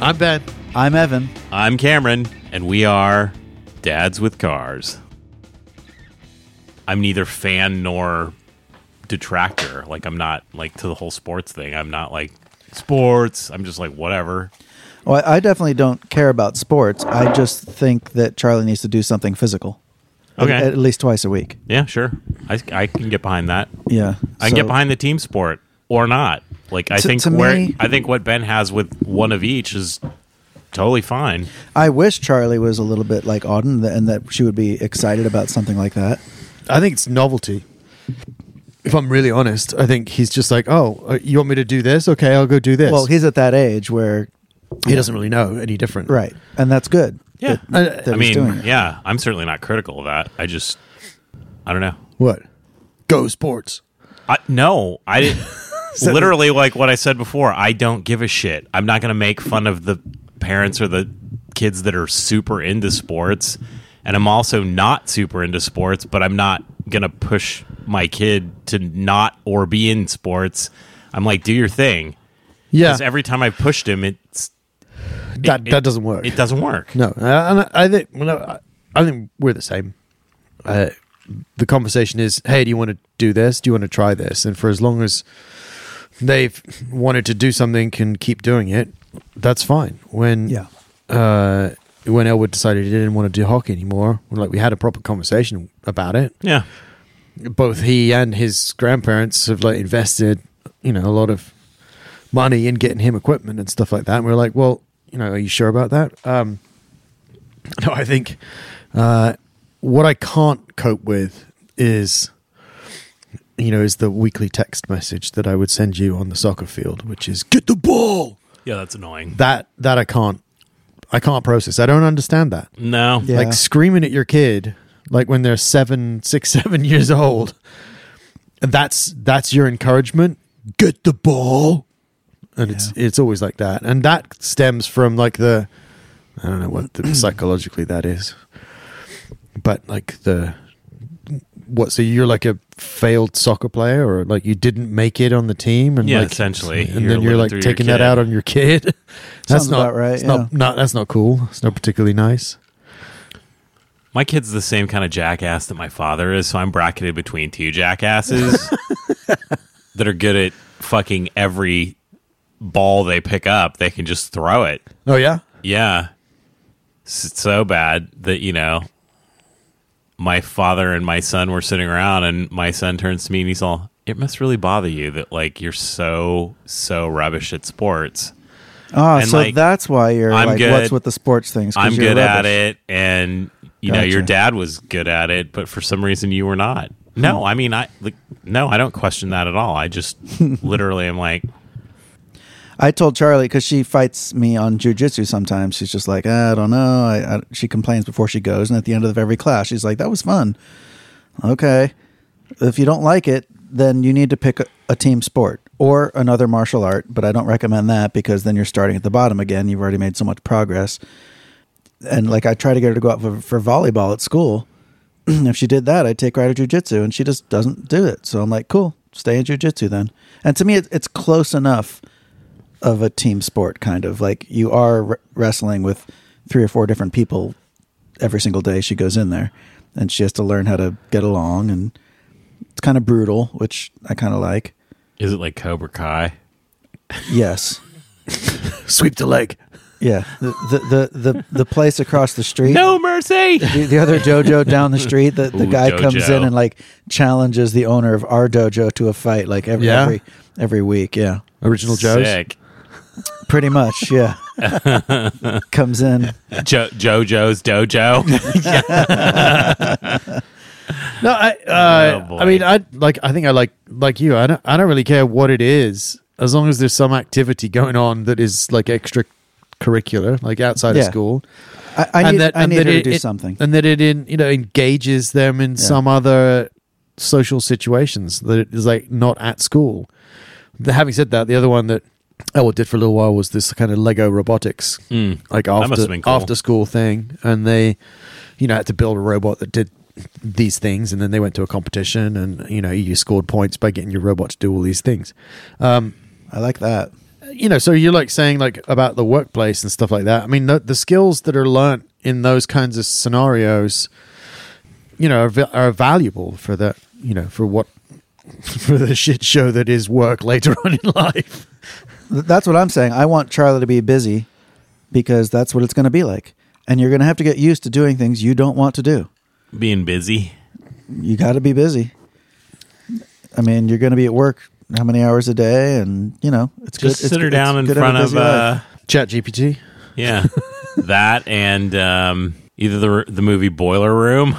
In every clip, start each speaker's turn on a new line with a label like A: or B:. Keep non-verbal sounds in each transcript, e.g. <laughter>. A: I'm Ben.
B: I'm Evan.
C: I'm Cameron, and we are Dads with Cars. I'm neither fan nor detractor. Like I'm not like to the whole sports thing. I'm not like sports. I'm just like whatever.
B: Well, I I definitely don't care about sports. I just think that Charlie needs to do something physical. At-
C: Okay.
B: At, least twice a week.
C: Yeah, sure. I I can get behind that.
B: Yeah.
C: I can get
B: so-
C: behind the team sport or not. Like I
B: To-
C: think
B: to
C: where
B: me-
C: I think what Ben has with one of each is totally fine.
B: I wish Charlie was a little bit like Auden th- and that she would be excited about something like that.
A: I think it's novelty. If I'm really honest, I think he's just like, oh, uh, you want me to do this? Okay, I'll go do this.
B: Well, he's at that age where,
A: he doesn't really know any different. Uh,
B: right. And that's good.
C: Yeah.
B: That, that
C: I
B: he's
C: mean,
B: doing it.
C: yeah, I'm certainly not critical of that. I just I don't know.
A: What? Go sports.
C: I, no, I
A: <laughs>
C: didn't. literally, like what I said before, I don't give a shit. I'm not going to make fun of the parents or the kids that are super into sports. And I'm also not super into sports, but I'm not going to push my kid to not or be in sports. I'm like, do your thing.
A: Yeah.
C: Because every time I pushed him, it's,
A: that
C: it-
A: that doesn't work.
C: it doesn't work.
A: No, uh, and I, I think well, I, I think we're the same. Uh, the conversation is, hey, do you want to do this? Do you want to try this? And for as long as they've wanted to do something, can keep doing it. That's fine. When
B: Yeah.
A: uh, when Elwood decided he didn't want to do hockey anymore, like we had a proper conversation about it.
C: Yeah.
A: Both he and his grandparents have like invested, you know, a lot of money in getting him equipment and stuff like that. And we are like, well, you know, are you sure about that? Um, <laughs> no, I think uh, what I can't cope with is, you know, is the weekly text message that I would send you on the soccer field, which is get the ball.
C: Yeah, that's annoying.
A: That that I can't, I can't process. I don't understand that.
C: No.
B: Yeah.
A: Like screaming at your kid, like when they're seven, six, <laughs> seven years old. That's that's your encouragement. Get the ball, and it's it's always like that, and that stems from like the, I don't know what
C: <clears throat>
A: the, psychologically that is, but like the, what? So you're like a failed soccer player, or like you didn't make it on the team, and
C: Yeah,
A: like,
C: essentially,
A: and
C: you're
A: then you're
C: living
A: like
C: through your
A: taking that
C: kid.
A: out on your kid. <laughs> that's
B: Sounds
A: not
B: about right,
A: It's not,
B: yeah.
A: not that's not cool. It's not particularly nice.
C: My kid's the same kind of jackass that my father is, so I'm bracketed between two jackasses that are good at fucking every ball they pick up. They can just throw it.
A: Oh yeah,
C: Yeah. S- So bad that, you know, my father and my son were sitting around, and my son turns to me and he's all, It must really bother you that, like, you're so, so rubbish at sports.
B: Ah,
C: And,
B: so
C: like,
B: that's why you're
C: I'm
B: like,
C: good.
B: what's with the sports things? 'Cause
C: I'm
B: you're
C: good at
B: rubbish.
C: it, and you know your
B: Gotcha.
C: dad was good at it, but for some reason you were not.
B: Hmm.
C: No, I mean I like no, I don't question that at all. I
B: <laughs>
C: just literally am like,
B: I told Charlie because she fights me on jujitsu sometimes. She's just like, I don't know. I, I, she complains before she goes, and at the end of every class, she's like, "That was fun." Okay, if you don't like it, then you need to pick a, a team sport or another martial art. But I don't recommend that because then you're starting at the bottom again. You've already made so much progress. And like I try to get her to go out for, for volleyball at school. <clears throat> if she did that, I'd take her out of jujitsu, and she just doesn't do it. So I'm like, cool, stay in jujitsu then. And to me, it, it's close enough of a team sport kind of like you are re- wrestling with three or four different people every single day she goes in there and she has to learn how to get along and it's kind of brutal which i kind of like
C: is it like Cobra Kai?
B: yes
A: sweep the leg.
B: yeah the the the the, the place across the street
C: No mercy.
B: the, the other dojo down the street the, the
C: Ooh,
B: guy comes
C: dojo.
B: in and like challenges the owner of our dojo to a fight like every
A: Yeah?
B: every, every week yeah
A: Original Joe's.
C: Sick.
B: pretty much yeah comes in
C: Jo- JoJo's
B: <laughs>
C: dojo.
A: No, I. Uh,
C: Oh, boy.
A: I mean, I like. I think I like like you. I don't. I don't really care what it is, as long as there's some activity going on that is like extracurricular, like outside of
B: Yeah.
A: school.
B: i, I need, I
A: and
B: need her to
A: it-
B: do
A: it-
B: something
A: and that it in you know engages them in some other social situations that it is like not at school. The, having said that, the other one that Elwood did for a little while was this kind of Lego robotics,
C: Mm.
A: like
C: must
A: after
C: have been cool.
A: after school thing, and they you know had to build a robot that did these things, and then they went to a competition, and you know you scored points by getting your robot to do all these things. Um,
B: i like that
A: you know, so you're like saying like about the workplace and stuff like that. I mean, the, the skills that are learnt in those kinds of scenarios, you know, are, va- are valuable for that, you know, for what <laughs> for the shit show that is work later on in life.
B: Th- That's what I'm saying. I want Charlie to be busy because that's what it's going to be like. And you're going to have to get used to doing things you don't want to do.
C: Being busy.
B: You got to be busy. I mean, you're going to be at work how many hours a day, and you know it's
C: Just
B: good. it's
C: sit her
B: good-
C: down in
B: it's good to have
C: front
B: a
C: of
B: busy life.
C: uh,
A: Chat GPT.
B: <laughs>
C: yeah that and um, either the the movie Boiler
B: <laughs>
C: Room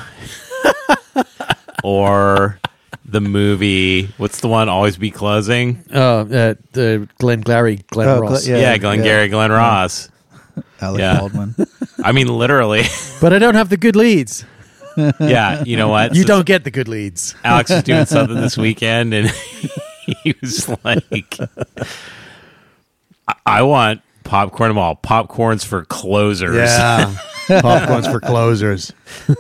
C: or the movie what's the one Always Be Closing?
A: Uh, uh, the Glenn Glary, Glenn
B: Oh,
A: Ross.
B: Glen-
C: Yeah,
B: Yeah,
C: Glenn
B: yeah.
C: Gary, Glenn Ross.
B: Alec
C: yeah.
B: Baldwin.
C: I mean, literally. <laughs>
A: But I don't have the good leads.
C: yeah, you know what?
A: You
C: Since
B: <laughs>
A: don't get the good leads.
C: Alex was doing something this weekend, and <laughs> he was like, I, I want popcorn ball, popcorns for closers.
A: <laughs> Yeah. Popcorns for closers.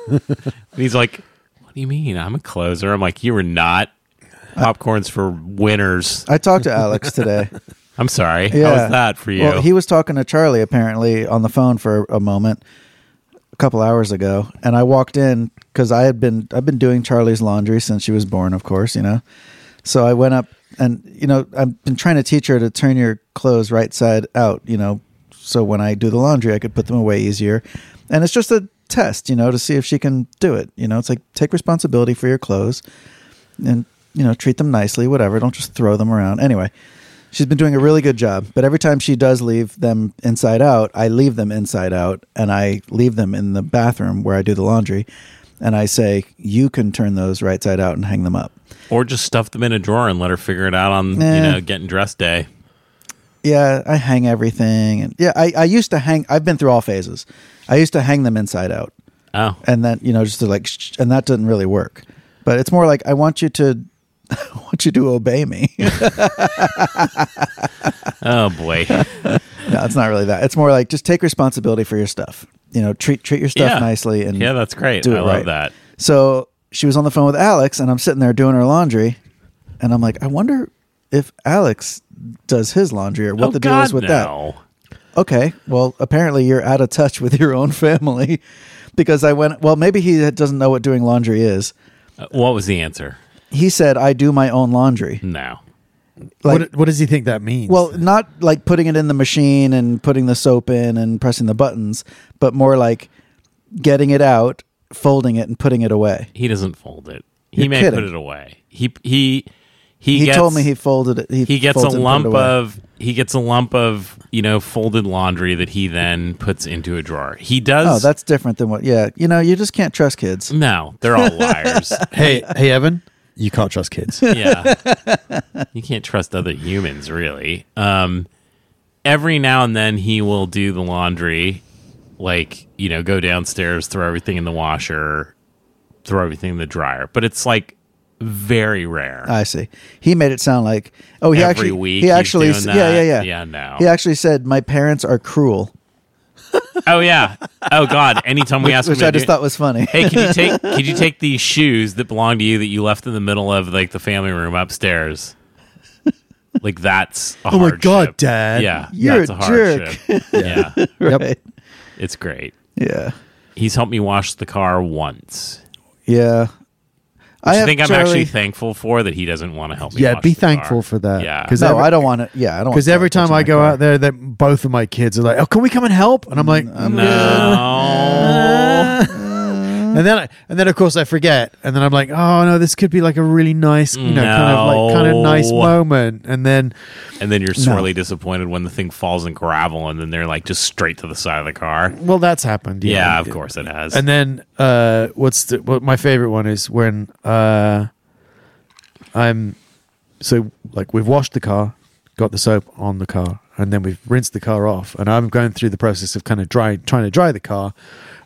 C: And <laughs> he's like, What do you mean? I'm a closer. I'm like, You were not. Popcorns for winners.
B: I talked
C: <laughs>
B: to Alex today.
C: I'm sorry. How
B: Yeah.
C: was that for you?
B: Well, he was talking to Charlie apparently on the phone for a moment a couple hours ago, and I walked in because I had been I've been doing Charlie's laundry since she was born, of course, you know. So I went up and you know I've been trying to teach her to turn your clothes right side out, you know, so when I do the laundry I could put them away easier, and it's just a test, you know, to see if she can do it. You know, it's like take responsibility for your clothes and you know treat them nicely whatever don't just throw them around anyway she's been doing a really good job but every time she does leave them inside out i leave them inside out and i leave them in the bathroom where i do the laundry and i say you can turn those right side out and hang them up
C: or just stuff them in a drawer and let her figure it out on, you
B: Nah.
C: know, getting dressed day.
B: yeah i hang everything and yeah I, I used to hang i've been through all phases i used to hang them inside out
C: Oh.
B: and then you know just to like sh- and that didn't really work but it's more like i want you to <laughs> I want you to obey me
C: Oh,
B: <laughs>
C: boy.
B: No, it's not really that. It's more like just take responsibility for your stuff. You know, treat treat your stuff
C: Yeah.
B: nicely and
C: Yeah, that's great.
B: do it
C: I love
B: right.
C: that.
B: So she was on the phone with Alex, and I'm sitting there doing her laundry, and I'm like, I wonder if Alex does his laundry or what
C: oh,
B: the
C: God,
B: deal is with that.
C: no.
B: Okay, well, apparently you're out of touch with your own <laughs> family because I went. Well, maybe he doesn't know what doing laundry is.
C: Uh, What was the answer?
B: He said, "I do my own laundry."
C: No.
B: Like,
A: what, what does he think that means?
B: Well, not like putting it in the machine and putting the soap in and pressing the buttons, but more like getting it out, folding it, and putting it away.
C: He doesn't fold it. He
B: You're
C: may
B: kidding.
C: put it away. He he he,
B: He
C: gets,
B: told me he folded it. He,
C: he gets a
B: folds it and put
C: lump
B: it away.
C: of he gets a lump of you know folded laundry that he then puts into a drawer. He does.
B: Oh, that's different than what. Yeah, you know, you just can't trust kids.
C: no. They're all
B: <laughs>
C: liars.
A: hey, hey, Evan, you can't trust kids.
C: yeah, you can't trust other humans really. Um, every now and then he will do the laundry, like you know, go downstairs, throw everything in the washer, throw everything in the dryer. But it's like very rare.
B: I see. He made it sound like oh, Uh, he
C: Every
B: actually
C: week
B: he
C: he's
B: actually
C: doing
B: s- yeah
C: that.
B: yeah yeah
C: Yeah, no.
B: He actually said my parents are cruel,
C: Oh yeah. Oh god. Anytime we ask him,
B: which
C: to
B: I just
C: do-
B: thought was funny. <laughs>
C: hey, can you take could you take these shoes that belong to you that you left in the middle of like the family room upstairs? Like that's a
A: Oh my
C: hardship.
A: God, Dad.
C: Yeah,
B: You're
C: that's
B: a
A: <laughs>
C: hardship. yeah,
B: right?
C: it's great.
B: Yeah,
C: He's helped me wash the car once.
B: yeah.
C: Which I,
B: have
C: think I'm
B: Charlie-
C: actually thankful for that he doesn't want to help me.
A: Yeah,
C: wash
A: be
C: the car.
A: thankful for that.
C: Yeah,
A: 'Cause
B: No,
A: every-
B: I don't want to. Yeah, I don't.
A: Because
B: want
A: every
B: Charlie
A: time I
B: touching my
A: go
B: car.
A: out there, that both of my kids are like, "Oh, can we come and help?" And I'm like,
C: Mm,
A: "Mm." <laughs>
C: no.
A: and then I, and then of course I forget, and then I'm like, "Oh no, this could be like a really nice, you know, kind of like kind of nice
C: No.
A: moment." And then
C: And then you're sorely disappointed when the thing falls in gravel, and then they're like just straight to the side of the car.
A: Well, that's happened.
C: Yeah,
A: know.
C: of course it has.
A: And then uh, what's the, what my favorite one is when uh, I'm so like we've washed the car, got the soap on the car, and then we've rinsed the car off, and I'm going through the process of kind of dry trying to dry the car,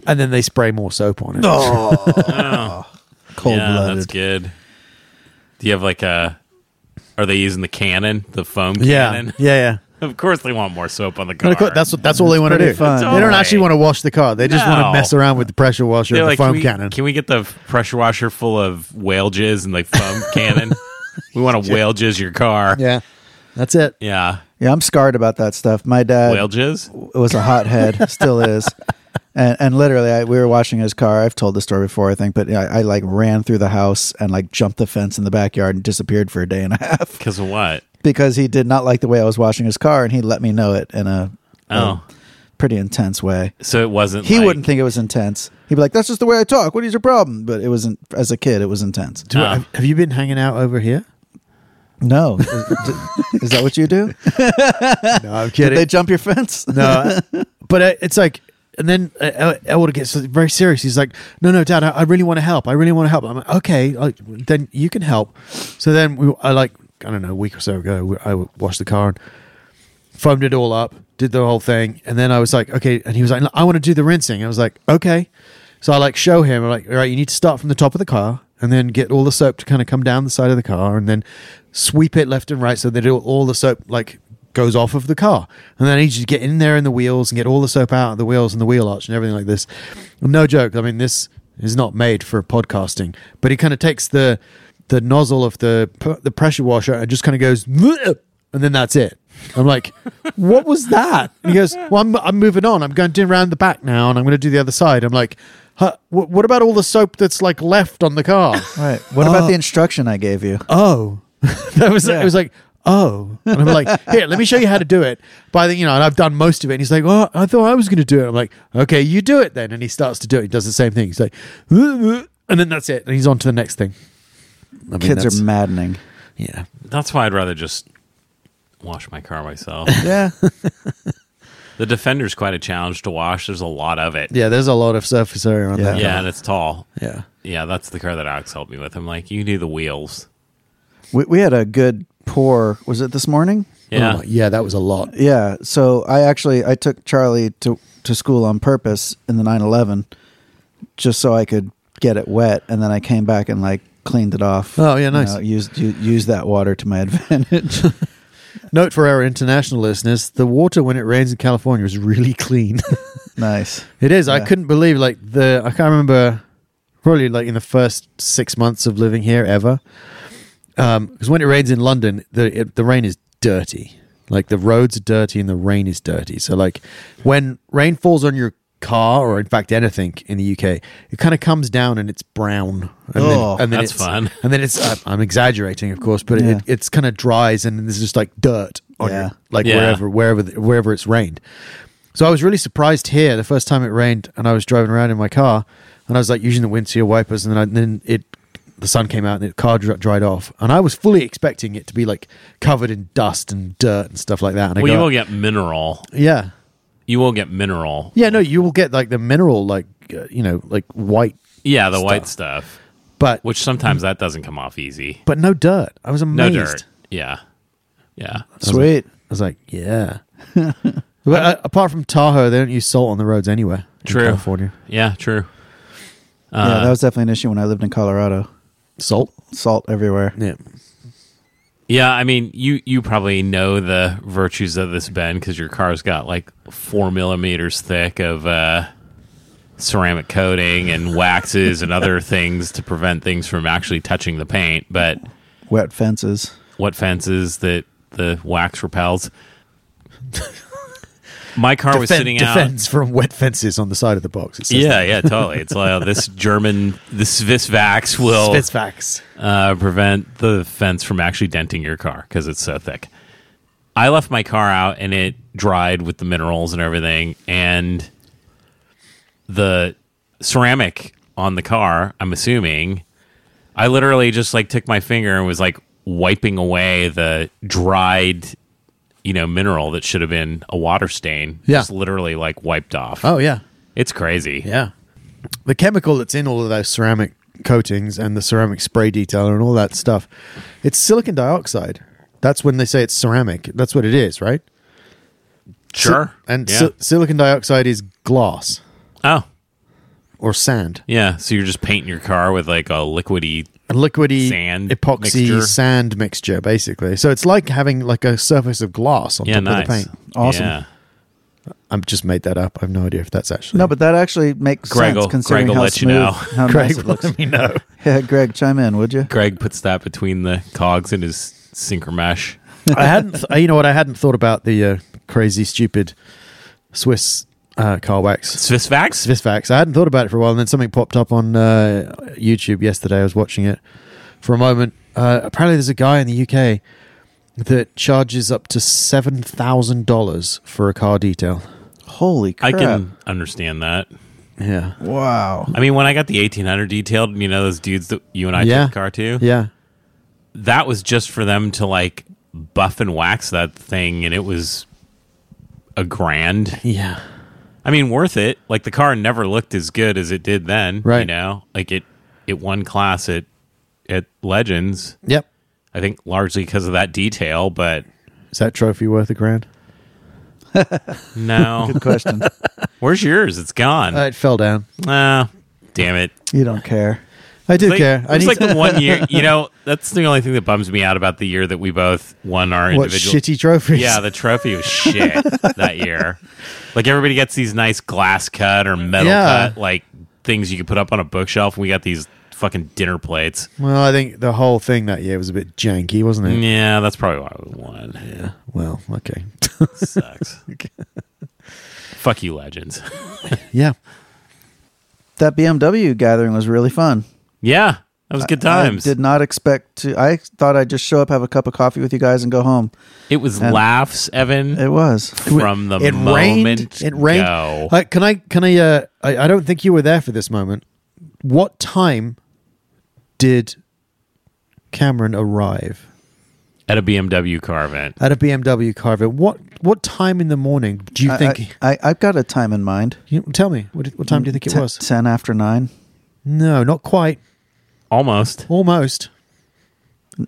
A: and then they spray more soap on it.
B: cold
C: yeah, that's
B: blooded.
C: good. Do you have like a? Are they using the cannon, the foam
A: Yeah,
C: cannon? <laughs>
A: yeah, yeah.
C: of course, they want more soap on the car.
A: Kinda cool. That's what. That's all they want to
B: pretty
A: do.
B: fun.
A: They don't
C: That's
A: actually
C: all
A: want to wash the car. They just want
C: No.
A: to mess around with the pressure washer
C: They're
A: and
C: like,
A: the foam
C: can we,
A: cannon.
C: Can we get the pressure washer full of whale
A: <laughs>
C: jizz and like foam cannon? We want to whale jizz your car.
A: yeah, that's it.
C: Yeah.
B: Yeah, I'm scarred about that stuff. My dad
C: Whale jizz?
B: w- was a hothead, still is. And, and literally, I, we were washing his car. I've told this story before, I think, but I, I like ran through the house and like jumped the fence in the backyard and disappeared for a day and a <laughs> half
C: Because of what?
B: because he did not like the way I was washing his car, and he let me know it in a, a
C: Oh.
B: pretty intense way.
C: So it wasn't.
B: He
C: like-
B: wouldn't think it was intense. He'd be like, "That's just the way I talk. What is your problem?" But it wasn't. As a kid, it was intense.
A: Do-
C: Ah.
A: have, have you been hanging out
C: <laughs>
A: over here?
B: No, is, is that what you do?
A: No, I'm
B: Did
A: kidding.
B: they jump your fence?
A: no, but uh, it's like, and then uh, Elwood gets very serious. He's like, "No, no, Dad, I, I really want to help. I really want to help." I'm like, "Okay, like, then you can help." So then we, I like, I don't know, a week or so ago, we- I washed the car and foamed it all up, did the whole thing, and then I was like, "Okay," and he was like, "No, "I want to do the rinsing." I was like, "Okay," so I like show him. I'm like, "All right, you need to start from the top of the car." And then get all the soap to kind of come down the side of the car, and then sweep it left and right so that it, all the soap like goes off of the car. And then I need you to get in there in the wheels and get all the soap out of the wheels and the wheel arch and everything like this. No joke. I mean, this is not made for podcasting, but he kind of takes the the nozzle of the p- the pressure washer and just kind of goes, <laughs> "Bleh," and then that's it. I'm like, what was that? And he goes, well, I'm, I'm moving on. I'm going to do around the back now and I'm going to do the other side. I'm like, huh, wh- what about all the soap that's like left on the <laughs> car?
B: Right. What
A: Oh.
B: about the instruction I gave you?
A: oh <laughs> that was it was like oh and i'm like here let me show you how to do it by the you know and i've done most of it and he's like oh i thought i was going to do it i'm like okay you do it then and he starts to do it he does the same thing he's like "Uh, and then that's it and he's on to the next thing I mean,
B: Kids
A: that's-
B: are maddening.
A: yeah
C: That's why I'd rather just wash my car
A: <laughs>
C: myself.
B: Yeah.
C: the Defender's quite a challenge to wash. There's a lot of it.
A: yeah there's a lot of surface area on
B: Yeah.
A: that
C: Yeah, and it's tall.
A: yeah
C: Yeah, that's the car that Alex helped me with. I'm like, you can do the wheels.
B: we, we had a good pour. Was it this morning?
C: Yeah.
A: Oh my- yeah that was a lot
B: Yeah. So I actually I took Charlie to to school on purpose in the 911 just so I could get it wet and then I came back and like cleaned it off.
A: Oh, yeah,
B: You
A: nice.
B: know, used u- used that water to my <laughs> advantage.
A: note for our international listeners the water when it rains in california is really clean
B: nice.
A: It is. I
B: Yeah.
A: couldn't believe like the I can't remember probably like in the first six months of living here ever. Because when it rains in London, the it, the rain is dirty. Like the roads are dirty and the rain is dirty. So like when rain falls on your car or in fact anything in the UK, it kind of comes down and it's brown. And
B: Oh,
A: and
C: that's
A: it's-
C: fun.
A: And then it's I'm- I'm exaggerating, of course, but
B: Yeah.
A: it, it's kind of dries and there's just like dirt on
B: Yeah.
A: your like
C: Yeah.
A: wherever wherever the, wherever it's rained. So I was really surprised here the first time it rained, and I was driving around in my car, and I was like using the windshield wipers, and then, I, then it the sun came out and the car dri- dried off, and I was fully expecting it to be like covered in dust and dirt and stuff like that. And I
C: Well, you
A: go,
C: will get mineral.
A: yeah,
C: You will get mineral.
A: yeah, no, you will get like the mineral, like uh, you know, like white,
C: Yeah, the white stuff,
A: but
C: which sometimes that doesn't come off easy.
A: but no dirt. I was
C: No
A: amazed.
C: dirt. Yeah. Yeah.
B: Sweet.
A: I was like, yeah. <laughs> but uh, apart from Tahoe, they don't use salt on the roads anywhere. in
C: True.
A: California
C: Yeah, true.
B: yeah, that was definitely an issue when I lived in Colorado.
A: salt.
B: Salt everywhere.
A: Yeah.
C: Yeah, I mean, you you probably know the virtues of this Ben because your car's got like four millimeters thick of uh, ceramic coating and waxes and other things to prevent things from actually touching the paint. But
B: Wet fences.
C: what fences that the wax repels? My car was
A: Defen-
C: sitting out.
A: defends from wet fences on the side of the box. It says
C: Yeah, yeah, totally. It's like oh, this German, this Svisvax
A: that.
C: will
A: It's facts.
C: uh, prevent the fence from actually denting your car because it's so thick. I left my car out and it dried with the minerals and everything, and the ceramic on the car. I'm assuming. I literally just like took my finger and was like wiping away the dried, you know, mineral that should have been a water stain.
A: Yeah.
C: Just literally like wiped off.
A: Oh yeah,
C: It's crazy.
A: yeah. The chemical that's in all of those ceramic coatings and the ceramic spray detailer and all that stuff, it's silicon dioxide. That's when they say it's ceramic. That's what it is, right?
C: Sure.
A: Si- and
C: yeah.
A: si- silicon dioxide is glass
C: oh,
A: or sand,
C: yeah. So you're just painting your car with like a liquidy
A: a liquidy
C: Sand
A: epoxy
C: mixture.
A: sand mixture, basically. So it's like having like a surface of glass on
C: yeah,
A: top
C: nice.
A: of the paint.
B: Awesome.
C: Yeah.
A: I've just made that up. I have no idea if that's actually
B: No, but that actually makes
C: Greg will-
B: sense considering
C: Greg will
B: how
C: let you
B: smooth,
C: know.
B: how
A: Craig,
B: nice it <laughs> looks.
A: let me know.
B: Yeah, Greg, chime in, would you?
C: Greg puts that between the cogs in his sinker mesh.
A: I hadn't, th- you know what? I hadn't thought about the uh, crazy, stupid Swiss uh, car wax,
C: Swiss Vax?
A: Swiss vax. I hadn't thought about it for a while, and then something popped up on uh, YouTube yesterday. I was watching it for a moment. Uh, apparently, there's a guy in the UK that charges up to seven thousand dollars for a car detail.
B: Holy
C: I
B: crap!
C: can understand that.
A: Yeah,
B: Wow.
A: <laughs>
C: I mean, when I got the 1800 detailed, you know, those dudes that you and I
A: yeah,
C: took the car to,
A: Yeah,
C: that was just for them to like buff and wax that thing. And it was a grand.
A: yeah.
C: I mean, worth it. Like the car never looked as good as it did then. You
A: Right.
C: know, like it, it won class at, at Legends.
A: Yep.
C: I think largely because of that detail, but
A: Is that trophy worth a grand?
C: no.
A: <laughs>
B: Good question.
C: Where's yours? It's gone.
A: Uh, it fell down.
C: Ah, damn it.
B: you don't care.
A: I do
C: It's like,
A: care. I
C: it's
A: need
C: like the one
A: <laughs>
C: year, you know, that's the only thing that bums me out about the year that we both won our
A: what
C: individual.
A: shitty trophies?
C: Yeah, the trophy was shit that year. Like everybody gets these nice glass cut or metal
A: Yeah.
C: cut, like things you could put up on a bookshelf. And we got these fucking dinner plates.
A: Well, I think the whole thing that year was a bit janky, wasn't it?
C: Yeah, that's probably why we won. Yeah,
A: Well, okay. <laughs>
C: sucks. Fuck you, legends.
A: yeah.
B: That BMW gathering was really fun.
C: Yeah, that was good times.
B: I did not expect to. I thought I'd just show up, have a cup of coffee with you guys, and go home.
C: it was
B: and-
C: laughs, Evan.
B: It was.
C: from the
A: it
C: moment
A: rained. It rained.
C: go.
A: Uh, can I? Can I, uh, I? I don't think you were there for this moment. What time did Cameron arrive
C: at a BMW car event.
A: at a BMW car event? What What time in the morning do you
B: I,
A: think?
B: I, I, I've got a time in mind.
A: you, tell me. What, what time do you think it
B: Te-
A: was?
B: Ten after nine.
A: No, not quite.
C: Almost.
A: Almost.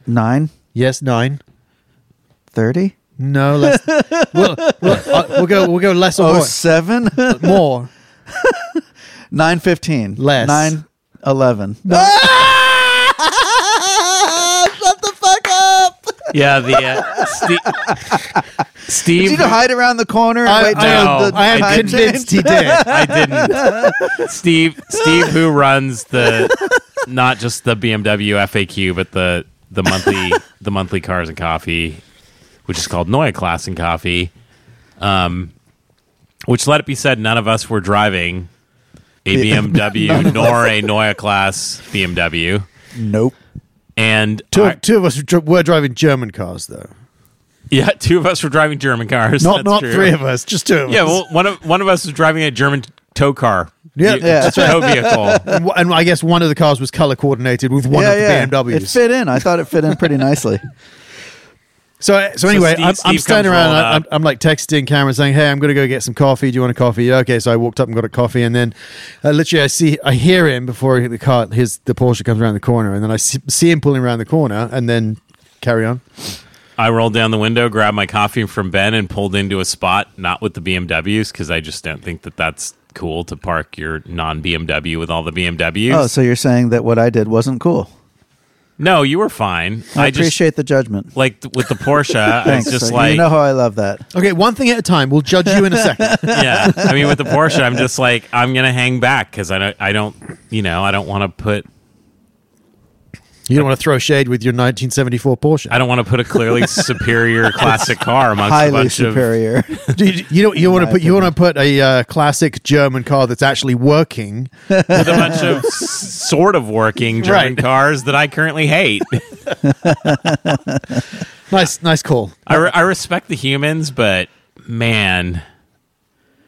B: Nine
A: Yes, nine.
B: thirty.
A: No, less. we'll, we'll, uh, we'll go. We'll go less or
B: Oh
A: more.
B: seven.
A: more.
B: <laughs> Nine fifteen.
A: Less.
B: Nine eleven.
A: Shut the fuck up!
C: Yeah, the uh, Ste- Steve.
B: Did you hide around the corner? And
A: I,
B: wait
A: I,
B: till
C: no,
B: the
A: I am
B: time
C: didn't.
A: convinced
B: change?
A: he did.
C: I didn't. Steve Steve who runs the not just the BMW FAQ but the the monthly the monthly cars and coffee which is called Noia Class and Coffee. Um which let it be said none of us were driving a BMW nor a Noia Class BMW.
B: Nope.
C: And
A: <laughs> Two,
C: I-
A: two of us were dri- were driving German cars, though.
C: <laughs> yeah, two of us were driving German cars.
A: Not
C: That's
A: not
C: true.
A: three of us, just two of
C: Yeah,
A: us.
C: well, one of one of us was driving a German tow car.
A: Yeah,
B: yeah, that's
C: tow vehicle.
A: and, w- and I guess one of the cars was color coordinated with one of the BMWs.
B: It fit in. I thought it fit in pretty
A: <laughs>
B: nicely.
A: so, uh, so anyway,
C: Steve-
A: I'm, I'm
C: Steve comes
A: standing around.
C: rolling
A: and I'm,
C: up.
A: I'm like texting Cameron saying, "Hey, I'm going to go get some coffee. Do you want a coffee?" "Yeah, Okay, so I walked up and got a coffee, and then uh, literally I see I hear him before he- the car his the Porsche comes around the corner, and then I see, see him pulling around the corner, and then carry on.
C: <laughs> I rolled down the window, grabbed my coffee from Ben, and pulled into a spot not with the BMWs because I just don't think that that's cool to park your non BMW with all the BMWs.
B: Oh, so you're saying that what I did wasn't cool?
C: no, you were fine.
B: I,
C: I, just
B: appreciate the judgment.
C: like th- with the Porsche.
B: <laughs>
C: I was
B: Thanks.
C: just
B: So
C: like,
B: you know how I love that.
A: Okay, one thing at a time. We'll judge you in
C: <laughs>
A: a second.
C: yeah. I mean, with the Porsche, I'm just like, I'm gonna hang back because I don't, I don't, you know, I don't want to put
A: you don't want to throw shade with your 1974 Porsche.
C: I don't want to put a
B: <laughs>
C: clearly superior classic car amongst a
B: Highly
C: bunch of <laughs>
B: superior.
A: Do you, you don't. You want to put. You want to put a uh, classic German car that's actually working.
C: with a bunch of s- sort of working German
A: Right.
C: cars that I currently hate. <laughs>
A: Nice, nice call.
C: I, re- I respect the humans, but man,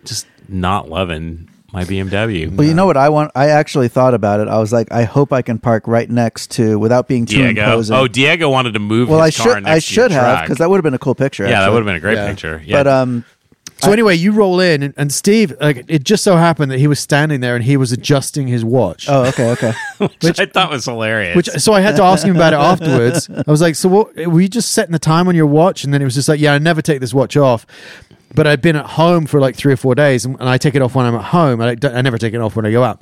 C: just not loving my BMW.
B: well, you know what I want? I actually thought about it. I was like, I hope I can park right next to without being too
C: Diego.
B: imposing.
C: Oh, Diego wanted to move.
B: well, I
C: his car
B: should.
C: next
B: I
C: to your
B: should have
C: truck.
B: because that would have been a cool picture.
C: yeah, that
B: actually.
C: would have been a great
A: Yeah.
C: picture. Yeah,
B: But um,
A: So anyway, you roll in, and, and Steve. Like, it just so happened that he was standing there and he was adjusting his watch.
B: oh, okay, okay.
C: which, <laughs> I thought was hilarious.
A: Which
B: uh,
A: so I had to ask him about it afterwards. I was like, "So what? Were you just setting the time on your watch?" And then it was just like, "Yeah, I never take this watch off." But I've been at home for like three or four days, and, and I take it off when I'm at home. I, don't- I never take it off when I go out.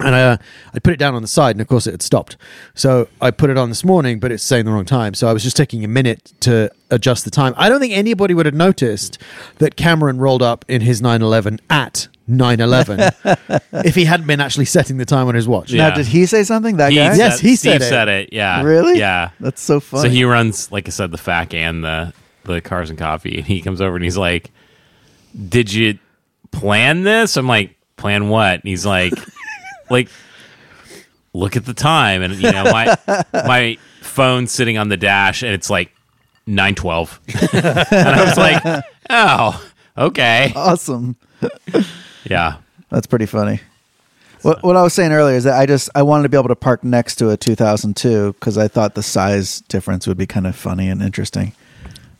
A: And I, uh, I put it down on the side, and of course it had stopped. So I put it on this morning, but it's saying the wrong time. So I was just taking a minute to adjust the time. I don't think anybody would have noticed that Cameron rolled up in his 911 at nine eleven if he hadn't been actually setting the time on his
C: <laughs>
A: watch.
C: Yeah.
B: Now, did he say something? That guy?
A: Yes, he
C: Steve
A: said it.
C: said it. Yeah.
B: Really?
C: Yeah.
B: That's so funny.
C: So he runs, like I said, the fac and the the cars and coffee, and he comes over and he's like, "Did you plan this?" I'm like, "Plan what?" And he's
B: <laughs>
C: like, "Like, look at the time." And you know, my my phone's sitting on the dash, and it's like nine twelve, <laughs> and I was like, "Oh, okay,
B: awesome.
C: yeah."
B: That's pretty funny. What, what I was saying earlier is that I just I wanted to be able to park next to a 2002 because I thought the size difference would be kind of funny and interesting.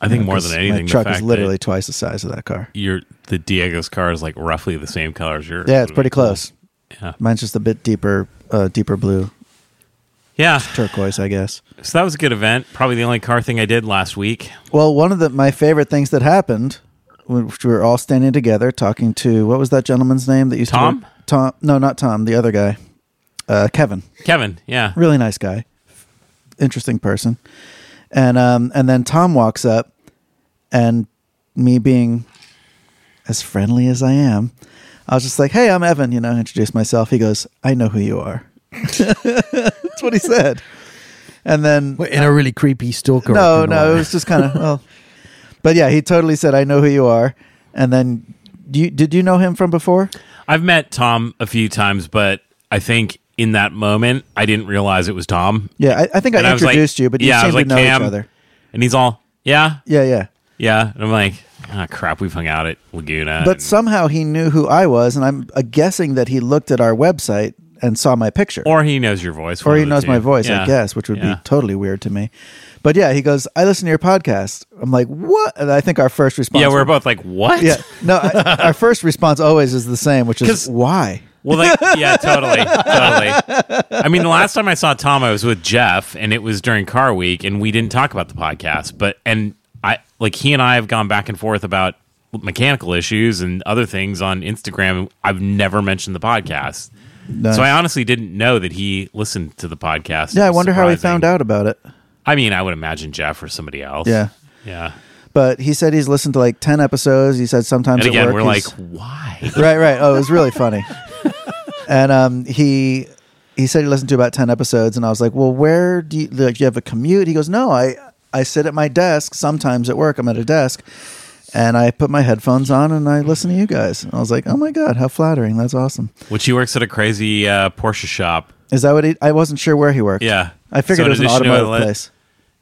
C: I think more
B: 'Cause
C: than anything,
B: my
C: the
B: truck is
C: fact
B: literally
C: that
B: twice the size of that car.
C: your the Diego's car is like roughly the same color as yours.
B: Yeah, it's pretty close.
C: Yeah.
B: Mine's just a bit deeper, uh, deeper blue,
C: Yeah,
B: turquoise, I guess.
C: So that was a good event. Probably the only car thing I did last week.
B: Well, one of the my favorite things that happened, which we were all standing together talking to what was that gentleman's name that used
C: Tom?
B: to work- Tom? No, not Tom. The other guy, uh, Kevin.
C: Kevin, yeah.
B: really nice guy, interesting person. And um, and then Tom walks up, and me being as friendly as I am, I was just like, "Hey, I'm Evan." You know, introduce myself. He goes, "I know who you are." <laughs> That's what he said. And then
A: Wait, in a really creepy stalker.
B: no,
A: kind of
B: no, it
A: way.
B: was just kind of well, but yeah, he totally said, "I know who you are." And then, do you, did you know him from before?
C: I've met Tom a few times, but I think in that moment I didn't realize it was Tom.
B: Yeah, I, I think
C: And
B: I
C: I was like-
B: introduced you, but you
C: yeah, I
B: seem
C: was
B: to
C: like,
B: know
C: "Cam."
B: each other.
C: And he's all, Yeah,
B: Yeah, yeah.
C: yeah. And I'm like, ah crap, we've hung out at Laguna.
B: But
C: and-
B: somehow he knew who I was, and I'm uh, guessing that he looked at our website and saw my picture.
C: or he knows your voice.
B: Or
C: one
B: he
C: of the
B: knows my
C: two.
B: voice,
C: Yeah.
B: I guess, which would
C: Yeah.
B: be totally weird to me. But yeah, he goes, I listen to your podcast. I'm like, what? And I think our first response.
C: Yeah, we're both like, What?
B: Yeah. No, I, <laughs> our first response always is the same, which
C: 'Cause-
B: is why?
C: Well, like, yeah, totally, totally. I mean, the last time I saw Tom, I was with Jeff, and it was during Car Week, and we didn't talk about the podcast. But and I like he and I have gone back and forth about mechanical issues and other things on Instagram. I've never mentioned the podcast, so I honestly didn't know that he listened to the podcast.
B: Yeah,
C: It
B: I
C: was
B: wonder how he
C: surprising.
B: found out about it.
C: I mean, I would imagine Jeff or somebody else.
B: Yeah.
C: yeah.
B: But he said he's listened to like 10 episodes. He said sometimes
C: And
B: at
C: again,
B: work
C: we're like,
B: he's-
C: why?
B: right, right. Oh, it was really funny. and um, he he said he listened to about ten episodes, and I was like, "Well, where do you like? You have a commute?" He goes, "No, I I sit at my desk. Sometimes at work, I'm at a desk, and I put my headphones on and I listen to you guys." And I was like, "Oh my god, how flattering! That's awesome."
C: Which he works at a crazy uh, Porsche shop.
B: Is that what he? I wasn't sure where he worked.
C: Yeah,
B: I figured
C: So in
B: it was an
C: addition to
B: automotive
C: ele-
B: place.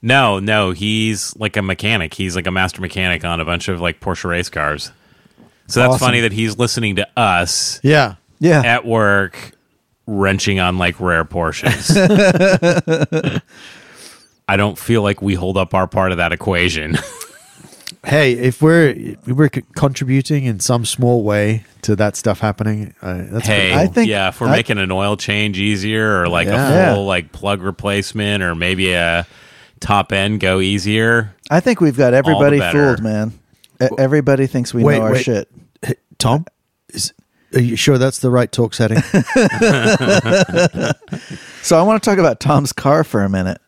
C: No, no, he's like a mechanic. He's like a master mechanic on a bunch of like Porsche race cars. So that's
B: Awesome.
C: funny that he's listening to us
A: yeah.
B: Yeah,
C: at work wrenching on like rare
B: <laughs>
C: Porsches. I don't feel like we hold up our part of that
B: <laughs>
C: equation.
A: Hey, if we're if we're c- contributing in some small way to that stuff happening, uh, that's
C: hey,
A: pretty
B: I think-
C: yeah, if we're
B: I-
C: making an oil change easier or like
A: Yeah.
C: a full like plug replacement or maybe a top end go easier.
B: I think we've got everybody
C: better.
B: fooled, man. E- Everybody thinks we
A: Wait,
B: know our
A: wait.
B: shit.
A: cool. Hey, Tom, is, are you sure that's the right
B: <laughs>
A: talk setting?
B: So I want to talk about Tom's car for a minute.